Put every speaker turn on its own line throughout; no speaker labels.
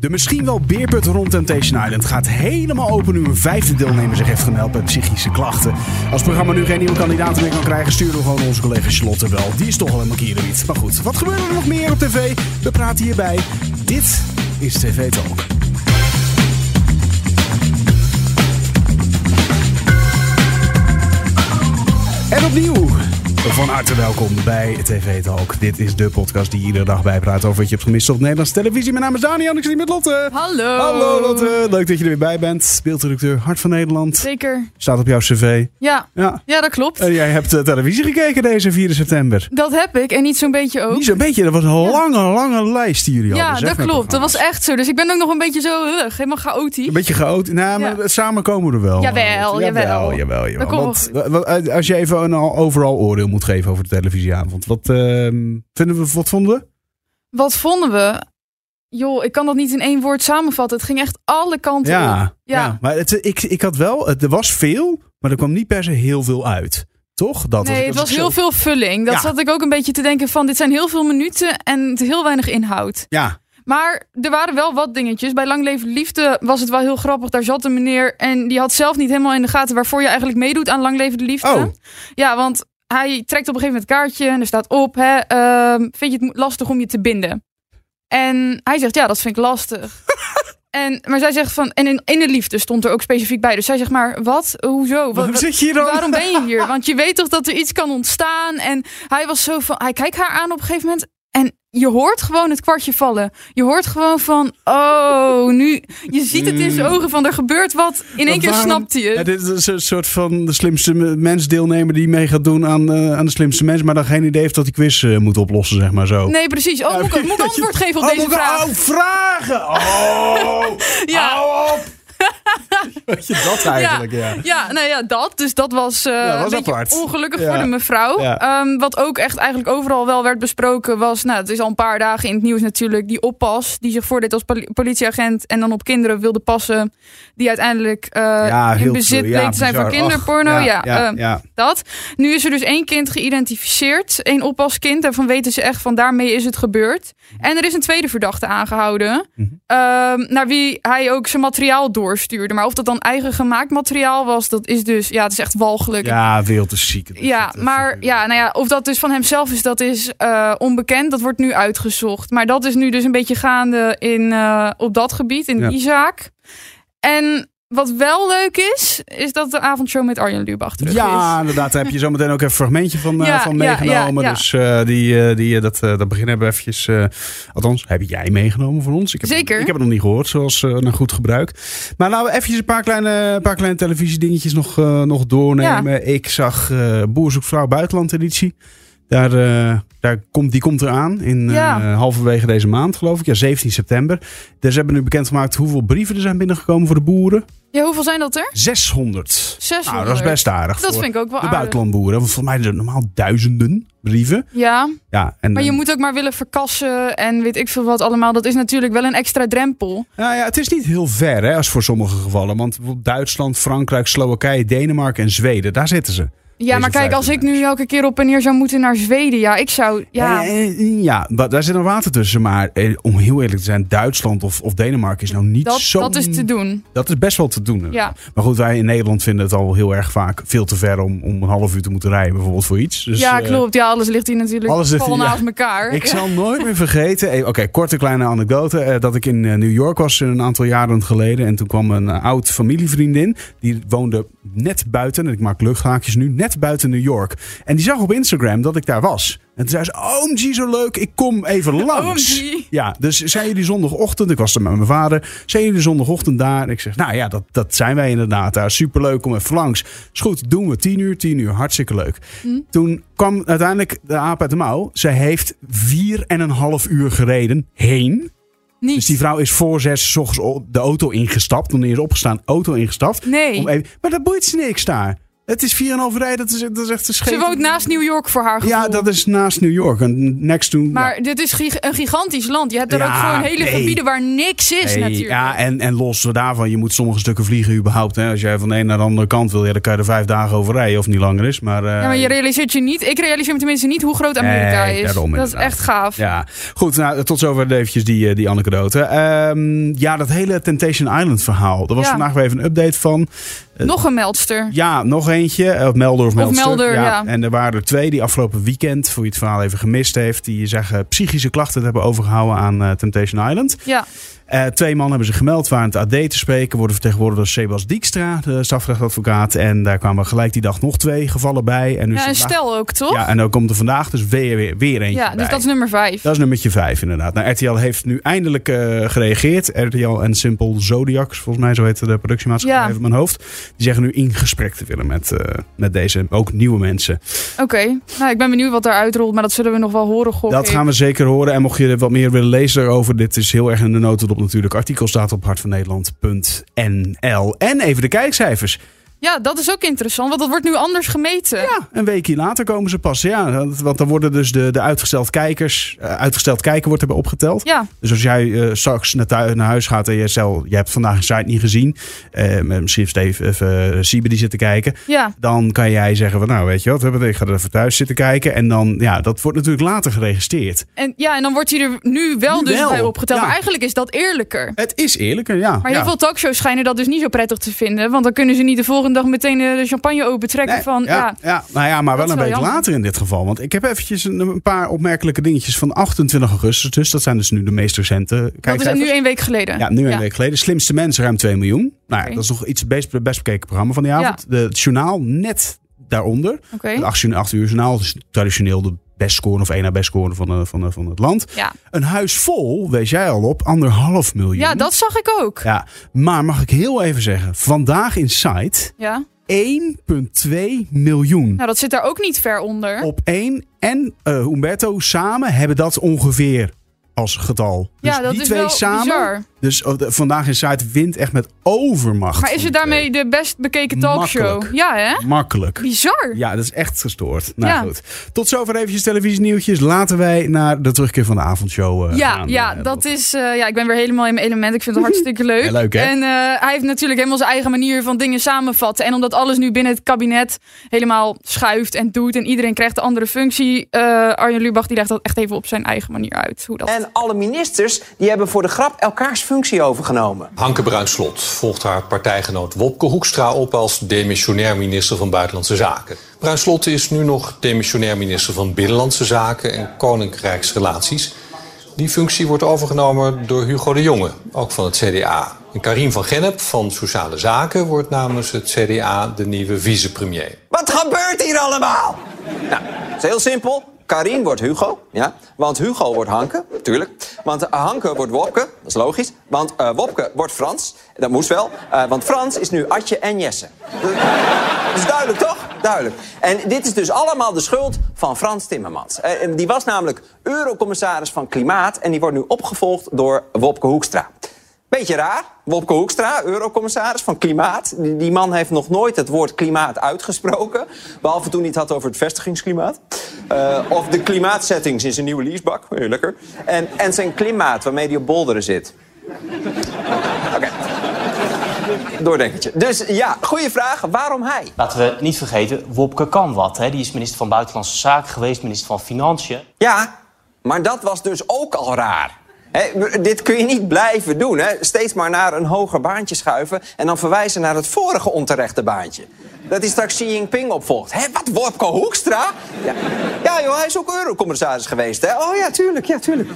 De misschien wel beerput rond Temptation Island gaat helemaal open nu een vijfde deelnemer zich heeft gemeld bij psychische klachten. Als het programma nu geen nieuwe kandidaten meer kan krijgen, sturen we gewoon onze collega Charlotte wel. Die is toch al helemaal kierenwiet. Maar goed, wat gebeurt er nog meer op tv? We praten hierbij. Dit is TV Talk. En opnieuw, van harte welkom bij TV Talk. Dit is de podcast die iedere dag bijpraat over wat je hebt gemist op Nederlandse televisie. Mijn naam is Daniel en ik zit hier met Lotte.
Hallo.
Hallo Lotte, leuk dat je er weer bij bent. Beeldredacteur Hart van Nederland.
Zeker.
Staat op jouw cv.
Ja.
Ja.
ja, dat klopt.
En jij hebt eh, televisie gekeken deze 4 september.
Dat heb ik en niet zo'n beetje ook.
Niet zo'n beetje, dat was een
Ja.
lange, lange lijst die jullie
ja,
hadden. zeg,
dat
met
klopt. Dat
programma's.
was echt zo. Dus ik ben ook nog een beetje zo ugh, helemaal chaotisch.
Een beetje chaotisch. Nou, maar
Ja.
samen komen we er wel.
Jawel,
jawel.
jawel.
jawel, jawel.
Dat komt
Want, wa- wa- als je even een al- overal oordeel moet geven over de televisieavond. Wat, ehm, vinden we, wat vonden we?
Wat vonden we? Joh, ik kan dat niet in één woord samenvatten. Het ging echt alle kanten
Ja,
op.
ja. maar het, ik, ik had wel, het, er was veel, maar er kwam niet per se heel veel uit. Toch? Dat
Nee, het
als ik
was
zo-
heel veel vulling. Dat
Ja.
zat ik ook een beetje te denken van... dit zijn heel veel minuten en heel weinig inhoud.
Ja,
Maar er waren wel wat dingetjes. Bij Lang Leven Liefde was het wel heel grappig. Daar zat een meneer en die had zelf niet helemaal in de gaten... waarvoor je eigenlijk meedoet aan Lang Leven de Liefde.
Oh.
Ja, want hij trekt op een gegeven moment het kaartje... en er staat op, hè, ehm, vind je het mo- lastig om je te binden? En hij zegt, ja, dat vind ik lastig. en, maar zij zegt van... en in, in de liefde stond er ook specifiek bij. Dus zij zegt maar, wat? Hoezo? Wat,
waarom
wat-
zit je hier dan?
Waarom ben je hier? Want je weet toch dat er iets kan ontstaan. En hij was zo van. Hij kijkt haar aan op een gegeven moment. En je hoort gewoon het kwartje vallen. Je hoort gewoon van. Oh, nu. Je ziet het in zijn
Mm.
ogen van er gebeurt wat. In één
Maar
keer
waarom-
snapt hij
Ja,
het.
dit is een soort van de slimste mens deelnemer die mee gaat doen aan, eh, aan de slimste mens, maar dan geen idee heeft dat die quiz eh, moet oplossen, zeg maar zo.
Nee, precies. Oh,
Ja,
moet ik, moet ik
dat je-
antwoord geven op
Oh,
deze
moet ik-
vraag?
Oh, vragen! Oh,
Ja.
hou op! Weet je dat eigenlijk, ja.
Ja, nou ja, dat. Dus dat was, eh,
Ja, was
een beetje
apart.
ongelukkig
Ja.
voor de mevrouw.
Ja.
Ehm, wat ook echt eigenlijk overal wel werd besproken was... Nou, het is al een paar dagen in het nieuws natuurlijk. Die oppas die zich voordeed als poli- politieagent... en dan op kinderen wilde passen... die uiteindelijk eh, in
heel
bezit
true. Ja,
bleek te zijn van
bizar. Och,
kinderporno. ja, ehm,
ja.
dat. Nu is er dus één kind geïdentificeerd, één oppaskind. Daarvan weten ze echt van daarmee is het gebeurd. En er is een tweede verdachte aangehouden.
Mhm.
ehm, naar wie hij ook zijn materiaal doorstuurde. Maar of dat dan eigen gemaakt materiaal was, dat is dus. Ja, het is echt walgelijk.
Ja, wereld is ziek. Het is- eh,
Ja,
het is-
maar ja, nou ja, of dat dus van hemzelf is, dat is eh, onbekend. Dat wordt nu uitgezocht. Maar dat is nu dus een beetje gaande in, eh, op dat gebied, in
Ja.
die zaak. En wat wel leuk is, is dat de avondshow met Arjen Lubach terug is.
Ja, inderdaad. Daar heb je zometeen ook even een fragmentje van, eh,
Ja,
van
ja,
meegenomen.
ja, ja.
Dus eh, die, eh, die, eh, dat, eh, dat begin hebben we eventjes... eh, althans, heb jij meegenomen voor ons? Ik heb,
Zeker.
Ik heb het nog niet gehoord, zoals eh, een goed gebruik. Maar laten we eventjes een paar kleine, een paar kleine televisiedingetjes nog, eh, nog doornemen. Ik zag eh Boer zoekt vrouw buitenland editie. Daar, eh, daar komt, die komt eraan in eh,
Ja.
halverwege deze maand, geloof ik. Ja, 17 september. Dus ze hebben nu bekendgemaakt hoeveel brieven er zijn binnengekomen voor de boeren.
Ja, hoeveel zijn dat er?
600.
600.
Nou, dat is best aardig.
Dat
voor-
vind ik ook wel
de
aardig.
buitenlandboeren. Want volgens mij zijn er normaal duizenden brieven.
Ja,
Ja, en,
maar je moet ook maar willen verkassen en weet ik veel wat allemaal. Dat is natuurlijk wel een extra drempel.
Nou ja, het is niet heel ver hè, als voor sommige gevallen. Want bijvoorbeeld Duitsland, Frankrijk, Slowakije, Denemarken en Zweden, daar zitten ze.
Ja, maar kijk, als ik nu elke keer op en neer zou moeten naar Zweden, ja, ik zou. Ja,
Eh, eh, ja wa- daar zit een water tussen. Maar eh, om heel eerlijk te zijn, Duitsland of, of Denemarken is nou niet
dat,
zo...
dat is te doen.
Dat is best wel te doen.
Ja.
Maar goed, wij in Nederland vinden het al heel erg vaak veel te ver om, om een half uur te moeten rijden bijvoorbeeld voor iets. Dus,
ja,
eh,
klopt. Ja, alles ligt hier natuurlijk
alles ligt
vol
hier, ja.
naast elkaar.
Ik dus zal nooit meer vergeten. eh, Oké, korte kleine anekdote. eh, dat ik in eh, New York was een aantal jaren geleden. En toen kwam een eh, oud familievriendin. Die woonde net buiten. En ik maak luchthaakjes nu. Net buiten New York. En die zag op Instagram dat ik daar was. En toen zei ze: OMG, zo leuk. Ik kom even langs.
OMG.
Ja, dus zijn jullie zondagochtend? Ik was er met mijn vader. Zijn jullie zondagochtend daar? Ik zeg: Nou ja, dat, dat zijn wij inderdaad daar. Superleuk om even langs. Is goed, doen we. 10 uur, 10 uur. Hartstikke leuk. Toen kwam uiteindelijk de aap uit de mouw. Ze heeft vier en een half uur gereden heen.
Niet.
Dus die vrouw is voor zes 's ochtends o- de auto ingestapt. Toen is opgestaan, auto ingestapt.
Nee.
Om even, maar dat boeit ze niks daar. Het is 4,5 rij, dat is, dat is echt een scheet.
Ze woont naast New York voor haar gevoel.
Ja, dat is naast New York. En next to...
Maar dit is gig- een gigantisch land. Je hebt er
Ja,
ook gewoon hele
nee.
gebieden waar niks is
Hey,
natuurlijk.
ja, en, en los daarvan, je moet sommige stukken vliegen überhaupt. Hè. Als jij van de een naar de andere kant wil, ja, dan kan je er vijf dagen over rijden of niet langer is. Maar, eh,
Ja, maar je realiseert je niet. Ik realiseer me tenminste niet hoe groot Amerika
Nee,
is.
daarom
dat is
inderdaad.
echt gaaf.
ja. goed, nou, tot zover eventjes die, eh, die anekdote. Ehm, ja, dat hele Temptation Island verhaal. Er was
Ja.
vandaag weer even een update van. Eh,
Nog een meldster.
Ja, nog eentje. eh, Op Melder of Melster.
Melder, ja.
En er waren er twee die afgelopen weekend, voor je het verhaal even gemist heeft, die zeggen psychische klachten te hebben overgehouden aan eh, Temptation Island.
Ja,
Eh, twee mannen hebben ze gemeld, waren het AD te spreken, worden vertegenwoordigd door Sebas Dijkstra, de strafrechtadvocaat. En daar kwamen gelijk die dag nog twee gevallen bij. En nu is
ja
er
en
vandaag-
stel ook, toch?
Ja, en dan komt er vandaag dus weer, weer, weer eentje
Ja, dus
bij.
dat is nummer vijf.
Dat is nummertje 5 inderdaad. Nou, RTL heeft nu eindelijk eh, gereageerd. RTL en Simple Zodiacs, volgens mij zo heet de productiemaatschappij
Ja.
even in mijn hoofd. Die zeggen nu in gesprek te willen met, eh, met deze, ook nieuwe mensen.
Oké, nou ik ben benieuwd wat daaruit rolt, maar dat zullen we nog wel horen. gok
Dat
ik.
gaan we zeker horen. En mocht je er wat meer willen lezen daarover, dit is heel erg in de notendop natuurlijk. Artikel staat op hartvannederland.nl. En even de kijkcijfers.
Ja, dat is ook interessant, want dat wordt nu anders gemeten.
Ja, een weekje later komen ze pas. Ja, want dan worden dus de, de uitgesteld kijkers, eh, uitgesteld kijken wordt erbij opgeteld.
Ja,
Dus als jij eh, straks naar, thui- naar huis gaat en je, stel, je hebt vandaag een site niet gezien. eh, misschien heeft Steve of eh, Siebe die zitten kijken.
ja.
Dan kan jij zeggen van nou weet je wat, we hebben- ik ga er even thuis zitten kijken. En dan, ja, dat wordt natuurlijk later geregistreerd.
En, ja en dan wordt hij er nu wel
Nu
dus
wel,
bij opgeteld.
ja.
Maar eigenlijk is dat eerlijker.
Het is eerlijker, ja.
Maar
ja.
heel veel talkshows schijnen dat dus niet zo prettig te vinden. Want dan kunnen ze niet de volgende dag meteen eh, de champagne open trekken
Nee,
van...
ja, ja.
ja.
nou ja, maar wel
is
een
wel
week
jammer.
later in dit geval. Want ik heb eventjes een, een paar opmerkelijke dingetjes van 28 augustus. Dus dat zijn dus nu de meest recente
Dat is
kijkcijfers.
nu één week geleden.
Ja, nu een
Ja.
week geleden. Slimste mensen ruim 2 miljoen. Nou ja,
Oké.
dat is nog iets best, best bekeken programma van de avond. De, het journaal net daaronder.
Oké.
Het 8 uur, 8 uur journaal. Dus traditioneel de best scoren of één na best scoren van, eh, van, eh, van het land.
Ja.
Een huis vol, wees jij al op, anderhalf miljoen.
ja, dat zag ik ook.
Ja, maar mag ik heel even zeggen. Vandaag in site
Ja.
1,2 miljoen.
Nou, dat zit daar ook niet ver onder.
Op één en eh Umberto samen hebben dat ongeveer als getal. Dus
ja, dat
die
is
twee
wel
samen.
bizar.
Dus oh, de- vandaag in Zuid wint echt met overmacht.
Maar is
van die
het daarmee de best bekeken talkshow?
eh, Makkelijk.
Ja, hè?
twee. makkelijk?
Bizar.
Ja, dat is echt gestoord. Nou
Ja.
goed. Tot zover eventjes televisienieuwtjes. Laten wij naar de terugkeer van de avondshow eh,
Ja,
gaan.
ja,
Eh,
dat is, eh, ja, ik ben weer helemaal in mijn element. Ik vind het hartstikke leuk.
Ja, leuk, hè?
En eh, hij heeft natuurlijk helemaal zijn eigen manier van dingen samenvatten. En omdat alles nu binnen het kabinet helemaal schuift en doet... en iedereen krijgt een andere functie... eh, Arjen Lubach die legt dat echt even op zijn eigen manier uit. Hoe dat...
En alle ministers die hebben voor de grap elkaars functie overgenomen.
Hanke Bruinslot volgt haar partijgenoot Wopke Hoekstra op als demissionair minister van Buitenlandse Zaken. Bruinslot is nu nog demissionair minister van Binnenlandse Zaken en Koninkrijksrelaties. Die functie wordt overgenomen door Hugo de Jonge, ook van het CDA. En Karim van Gennep van Sociale Zaken wordt namens het CDA de nieuwe vicepremier.
Wat gebeurt hier allemaal? Nou, het is heel simpel. Karin wordt Hugo, ja. Want Hugo wordt Hanke, tuurlijk. Want eh, Hanke wordt Wopke, dat is logisch. Want eh, Wopke wordt Frans, dat moest wel. eh, want Frans is nu Atje en Jesse. Dat is duidelijk, toch? Duidelijk. En dit is dus allemaal de schuld van Frans Timmermans. Eh, eh, die was namelijk eurocommissaris van Klimaat... en die wordt nu opgevolgd door Wopke Hoekstra. Beetje raar. Wopke Hoekstra, eurocommissaris van Klimaat. Die, die man heeft nog nooit het woord klimaat uitgesproken. Behalve toen hij het had over het vestigingsklimaat. Eh, of de klimaatsettings in zijn nieuwe leasebak. Heel lekker. En, en zijn klimaat waarmee hij op bolderen zit. Oké. Doordenkertje. Dus ja, goede vraag. Waarom hij?
Laten we niet vergeten, Wopke kan wat. Hè? Die is minister van Buitenlandse Zaken geweest, minister van Financiën.
Ja, maar dat was dus ook al raar. Hè, dit kun je niet blijven doen. Hè? Steeds maar naar een hoger baantje schuiven... en dan verwijzen naar het vorige onterechte baantje. Dat is straks Xi Jinping opvolgt. Hè, wat, Wopke Hoekstra? Ja. ja, joh, hij is ook eurocommissaris geweest. Hè? Oh ja, tuurlijk, ja, tuurlijk.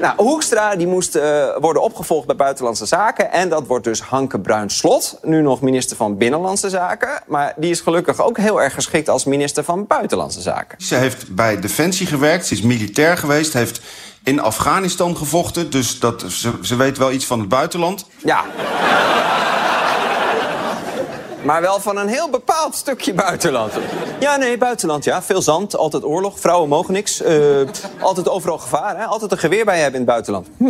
Nou, Hoekstra die moest eh, worden opgevolgd bij Buitenlandse Zaken... en dat wordt dus Hanke Bruinslot, nu nog minister van Binnenlandse Zaken... maar die is gelukkig ook heel erg geschikt als minister van Buitenlandse Zaken.
Ze heeft bij Defensie gewerkt, ze is militair geweest, heeft in Afghanistan gevochten. Dus dat, ze, ze weet wel iets van het buitenland.
Ja. Maar wel van een heel bepaald stukje buitenland. Ja, nee, buitenland, ja. Veel zand, altijd oorlog. Vrouwen mogen niks. eh, altijd overal gevaar, hè. Altijd een geweer bij je hebben in het buitenland. Hm.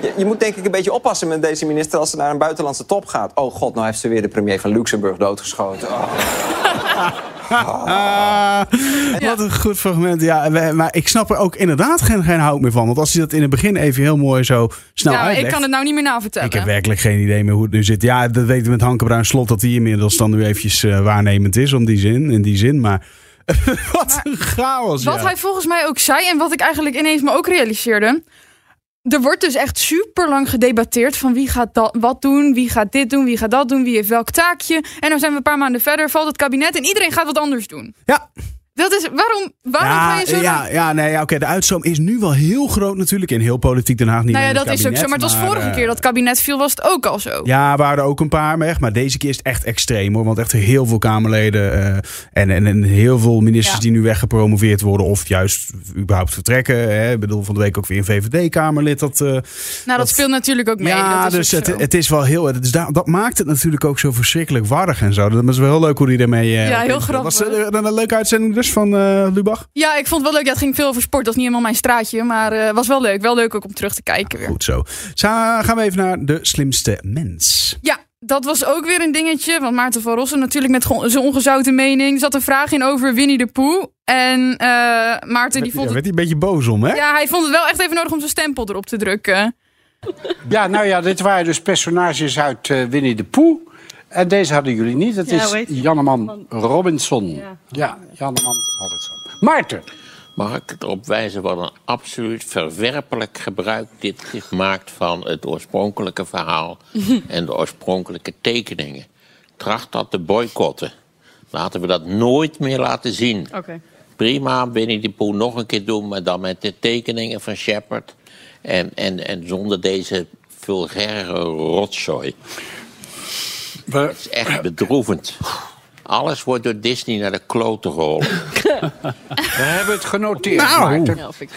Je, je moet denk ik een beetje oppassen met deze minister... als ze naar een buitenlandse top gaat. Oh god, nou heeft ze weer de premier van Luxemburg doodgeschoten. Oh.
Ah, Wat een goed fragment. Ja, we- maar ik snap er ook inderdaad geen, geen hout meer van. Want als je dat in het begin even heel mooi zo snel
Nou,
uitlegt...
ik kan het nou niet meer
Ik heb
navertellen.
werkelijk geen idee meer hoe het nu zit. Ja, dat weten we met Hanke Bruin Slot dat hij inmiddels dan nu eventjes eh, waarnemend is om die zin, in die zin. Maar wat een chaos.
Wat
ja.
hij volgens mij ook zei en wat ik eigenlijk ineens me ook realiseerde. Er wordt dus echt super lang gedebatteerd van wie gaat dat, wat doen, wie gaat dit doen, wie gaat dat doen, wie heeft welk taakje. En dan zijn we een paar maanden verder, valt het kabinet en iedereen gaat wat anders doen.
Ja.
Dat is, waarom, waarom Oh, ga
Ja,
je zo lang-
ja, ja, nee, ja, oké. de uitstoom is nu wel heel groot natuurlijk in heel politiek Den Haag. Niet
Nou ja,
alleen
dat
het
is ook zo. Maar het
kabinet,
was vorige
eh,
keer dat het kabinet viel, was het ook al zo.
Ja, waren er ook een paar, maar, echt, maar deze keer is het echt extreem hoor. Want echt heel veel Kamerleden eh, en, en, en heel veel ministers
Ja.
die nu weggepromoveerd worden of juist überhaupt vertrekken. Hè. Ik bedoel, van de week ook weer een VVD-Kamerlid dat eh,
nou, dat,
dat-
speelt natuurlijk ook mee.
Ja,
dat is
dus
ook
het,
zo.
het is wel heel. Dus da- dat maakt het natuurlijk ook zo verschrikkelijk warrig en zo. Dat is wel heel leuk hoe die daarmee. eh, op
Ja, heel
inspeelt.
grappig.
Was er dan een leuke uitzending dus van eh, Lubach?
ja, ik vond het wel leuk. Ja, het ging veel over sport. Dat is niet helemaal mijn straatje. Maar eh was wel leuk. Wel leuk ook om terug te kijken weer.
Goed zo. Za- gaan we even naar de slimste mens.
Ja, dat was ook weer een dingetje. Want Maarten van Rossum natuurlijk met gewoon zijn ongezouten mening. Er zat een vraag in over Winnie de Pooh. En eh, Maarten die
Ja,
vond
werd
het...
hij een beetje boos om, hè?
Ja, hij vond het wel echt even nodig om zijn stempel erop te drukken.
Ja, nou ja, dit waren dus personages uit eh, Winnie de Pooh. En deze hadden jullie niet. Dat
Ja,
is
hoe heet die?
Janneman Robinson. Ja, Janneman Robinson. Maarten.
Mag ik erop wijzen wat een absoluut verwerpelijk gebruik dit zich maakt van het oorspronkelijke verhaal en de oorspronkelijke tekeningen? Tracht dat te boycotten. Laten we dat nooit meer laten zien.
Oké.
Prima, Winnie de Pooh nog een keer doen, maar dan met de tekeningen van Shepard. En, en, en zonder deze vulgaire rotzooi.
We,
Het is echt bedroevend. Alles wordt door Disney naar de klote geholpen.
we hebben het genoteerd,
Nou.
Maarten.
Ja, of ik-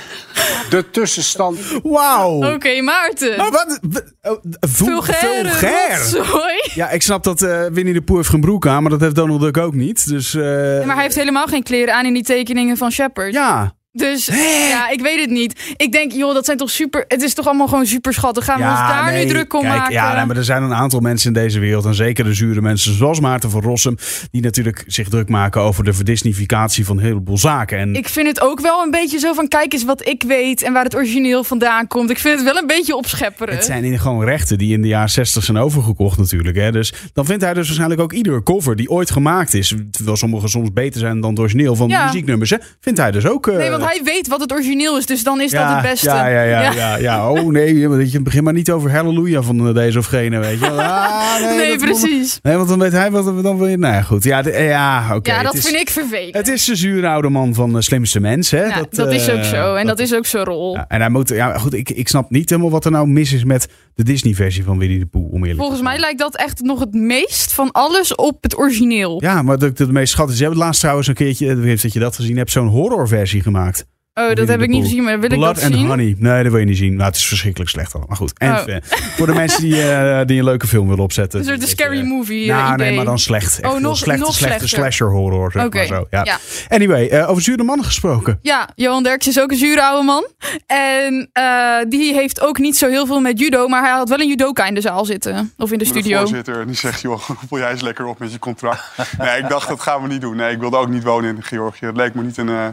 De tussenstand.
Wauw.
Oké, Maarten.
Maar wat? wat- oh, d- vul-
Vulgaire
vulgair.
rotzooi.
Ja, ik snap dat eh, Winnie de Poer heeft geen broek aan, maar dat heeft Donald Duck ook niet. Dus. eh,
Maar hij heeft helemaal geen kleren aan in die tekeningen van Shepard.
Ja.
Dus ja, ik weet het niet. Ik denk, joh, dat zijn toch super. Het is toch allemaal gewoon super schattig. Gaan we ons daar
nee,
nu druk om
kijk,
maken?
Ja, nee, maar er zijn een aantal mensen in deze wereld, en zeker de zure mensen zoals Maarten van Rossum, die natuurlijk zich druk maken over de verdisnificatie van een heleboel zaken. En
Ik vind het ook wel een beetje zo van: kijk eens wat ik weet en waar het origineel vandaan komt. Ik vind het wel een beetje opschepperen.
het zijn in- gewoon rechten die in de jaren 60 zijn overgekocht natuurlijk. Hè? Dus dan vindt hij dus waarschijnlijk ook ieder cover die ooit gemaakt is, terwijl sommige soms beter zijn dan het origineel van
Ja.
de muzieknummers, hè, vindt hij dus ook... eh,
Nee, want hij weet wat het origineel is, dus dan is dat
ja,
het beste.
Ja, ja, ja, ja. ja, Oh nee, weet je, begin maar niet over Halleluja van eh, deze of gene, weet je. wel. Ah, nee,
Nee,
dat-
precies.
Nee, want dan weet hij wat we dan weer. Nou ja, goed. Ja, de- ja oké.
ja,
het
dat
is-
vind ik vervelend.
Het is de zure oude man van de slimste mens, hè?
Ja, dat, is ook
eh,
zo. En dat, is ook zijn rol.
Ja, en hij moet. Ja, goed, ik, ik snap niet helemaal wat er nou mis is met de Disney-versie van Winnie de Pooh, om eerlijk
Volgens
te
mij
zijn.
lijkt dat echt nog het meest van alles op het origineel.
Ja, maar de, de, meest schattige. Ze hebben laatst trouwens een keertje, ik weet niet of dat je dat gezien hebt, zo'n horrorversie gemaakt.
oh, dat
Winnie
heb
de
ik niet
Pooh.
gezien, maar wil
Blood
ik dat
and
zien?
Honey. Nee, dat wil je niet zien. Nou, het is verschrikkelijk slecht allemaal. Maar goed, en,
Oh.
eh, voor de mensen die, eh, die een leuke film willen opzetten.
Een soort de
Weet je,
scary
eh,
movie. eh,
Nou,
idee.
nee, maar dan slecht. Echt
Oh,
heel
nog-
slecht,
nog
slechte
slechter.
slasher horror, zeg
Oké,
maar zo. Ja.
ja.
Anyway, eh, over zure mannen gesproken.
Ja, Johan Derks is ook een zure oude man. En eh, die heeft ook niet zo heel veel met judo. Maar hij had wel een judoka in de zaal zitten. Of in de
de
studio.
voorzitter en die zegt, joh, roepel jij eens lekker op met je contract. Nee, ik dacht, dat gaan we niet doen. Nee, ik wilde ook niet wonen in Georgië. Het leek me niet een, eh,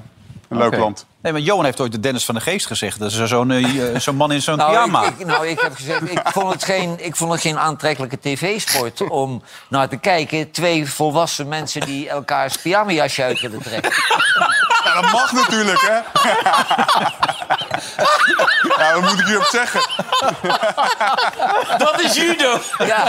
een leuk land.
Nee, maar Johan heeft ooit de Dennis van de Geest gezegd. Dat is zo'n eh, zo'n man in zo'n pyjama.
Ik, ik- nou, ik heb gezegd, ik vond het geen, ik vond het geen aantrekkelijke tv-sport om naar te kijken. Twee volwassen mensen die elkaars pyjamajasje uit willen trekken.
Ja, dat mag natuurlijk, hè? ja, wat moet ik hierop zeggen?
Dat is judo!
Ja.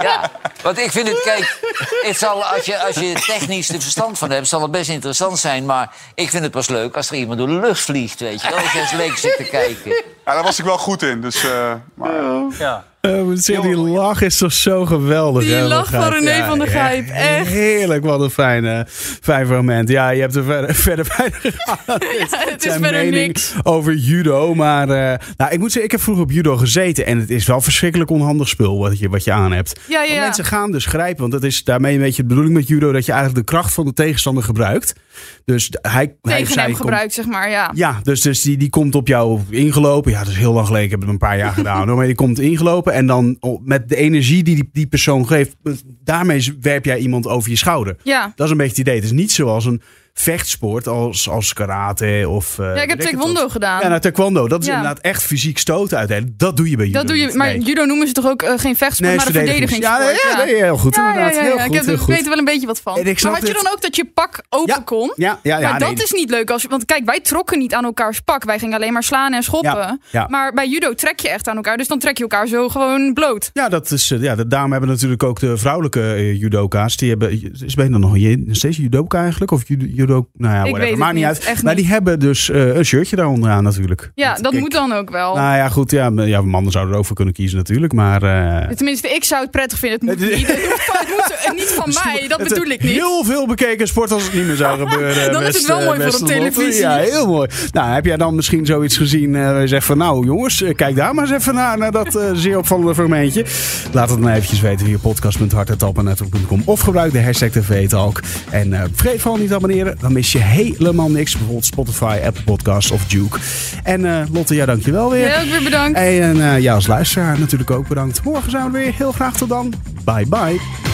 ja. Want ik vind het, kijk, het zal, als, je, als je technisch er verstand van hebt, zal het best interessant zijn. Maar ik vind het pas leuk als er iemand door de lucht vliegt, weet je. wel. Als je eens leuk zit te kijken.
Ja, daar was ik wel goed in, dus... eh, maar,
Ja.
Eh, maar zeg, die lach is toch zo geweldig.
Die
hè,
lach van
Gijp?
René van der Gijp, echt.
Heerlijk, wat een fijn, eh, fijn fragment. Ja, je hebt er verder, verder weinig aan.
het is verder niks.
over judo. Maar eh, nou, ik moet zeggen, ik heb vroeger op judo gezeten. En het is wel verschrikkelijk onhandig spul wat je, wat je aan hebt.
Ja, ja,
Want
ja.
Mensen gaan dus grijpen. Want dat is daarmee een beetje de bedoeling met judo. Dat je eigenlijk de kracht van de tegenstander gebruikt. Dus d- hij, hij of
Tegen
zij
hem
komt-
gebruikt, zeg maar. Ja.
ja, dus, dus die, die komt op jou ingelopen. ingelopen. Ja, dat is heel lang geleden. Ik heb het een paar jaar gedaan. hoor. Maar je komt ingelopen en dan oh, met de energie die die, die persoon geeft, daarmee werp jij iemand over je schouder.
Ja.
Dat is een beetje het idee. Het is niet zoals een vechtsport als, als karate of... eh,
ja, ik heb
weet het wat.
taekwondo gedaan.
Ja, nou, taekwondo. Dat is
Ja.
inderdaad echt fysiek stoten uitdelen. Dat doe je bij judo.
dat doe je,
niet.
maar
Nee.
judo noemen ze toch ook eh, geen vechtsport,
Nee,
maar een
verdedigings-
verdedigingssport.
Ja, ja, nee, heel goed, inderdaad. Heel goed,
ik heb,
heel
er-
goed.
weet er wel een beetje wat van.
En ik snap
maar had je
het.
dan ook dat je pak open kon?
ja, ja, ja,
maar
nee,
dat
dat-
is niet leuk. Als je, want kijk, wij trokken niet aan elkaars pak. Wij gingen alleen maar slaan en schoppen.
Ja, ja.
Maar bij judo trek je echt aan elkaar. Dus dan trek je elkaar zo gewoon bloot.
Ja, dat is, eh, ja, dat- daarom hebben natuurlijk ook de vrouwelijke eh, judoka's. Die hebben, is ben je dan nog je- nog steeds judoka eigenlijk? Of judo, judo nou ja, whatever.
weet het
Maakt niet
niet,
uit.
echt
maar die
niet.
hebben dus eh, een shirtje daaronder aan natuurlijk.
Ja, dat moet dan ook wel.
Nou ja, goed. Ja, m- ja, mannen zouden erover kunnen kiezen natuurlijk. Maar eh,
Tenminste, ik zou het prettig vinden. Het moet niet, het hoeft van, het moet, eh, niet van mij, dat
het-
bedoel ik niet.
Heel veel bekeken sport als het niet meer zou gebeuren.
Dan is het wel
beste-
mooi voor op
beste Lotte.
televisie.
Ja, heel mooi. Nou, heb jij dan misschien zoiets gezien eh, waar je zegt van... Nou jongens, eh, kijk daar maar eens even naar, naar dat eh, zeer opvallende fragmentje. Laat het dan eventjes weten via podcast.hartetalpanetwerk.com of gebruik de hashtag TVTalk. En eh vergeet vooral niet te abonneren, dan mis je helemaal niks. Bijvoorbeeld Spotify, Apple Podcasts of Duke. En eh, Lotte, ja dankjewel weer.
Jij ook weer bedankt.
En eh, ja, als luisteraar natuurlijk ook bedankt. Morgen zijn we weer. Heel graag tot dan. Bye bye.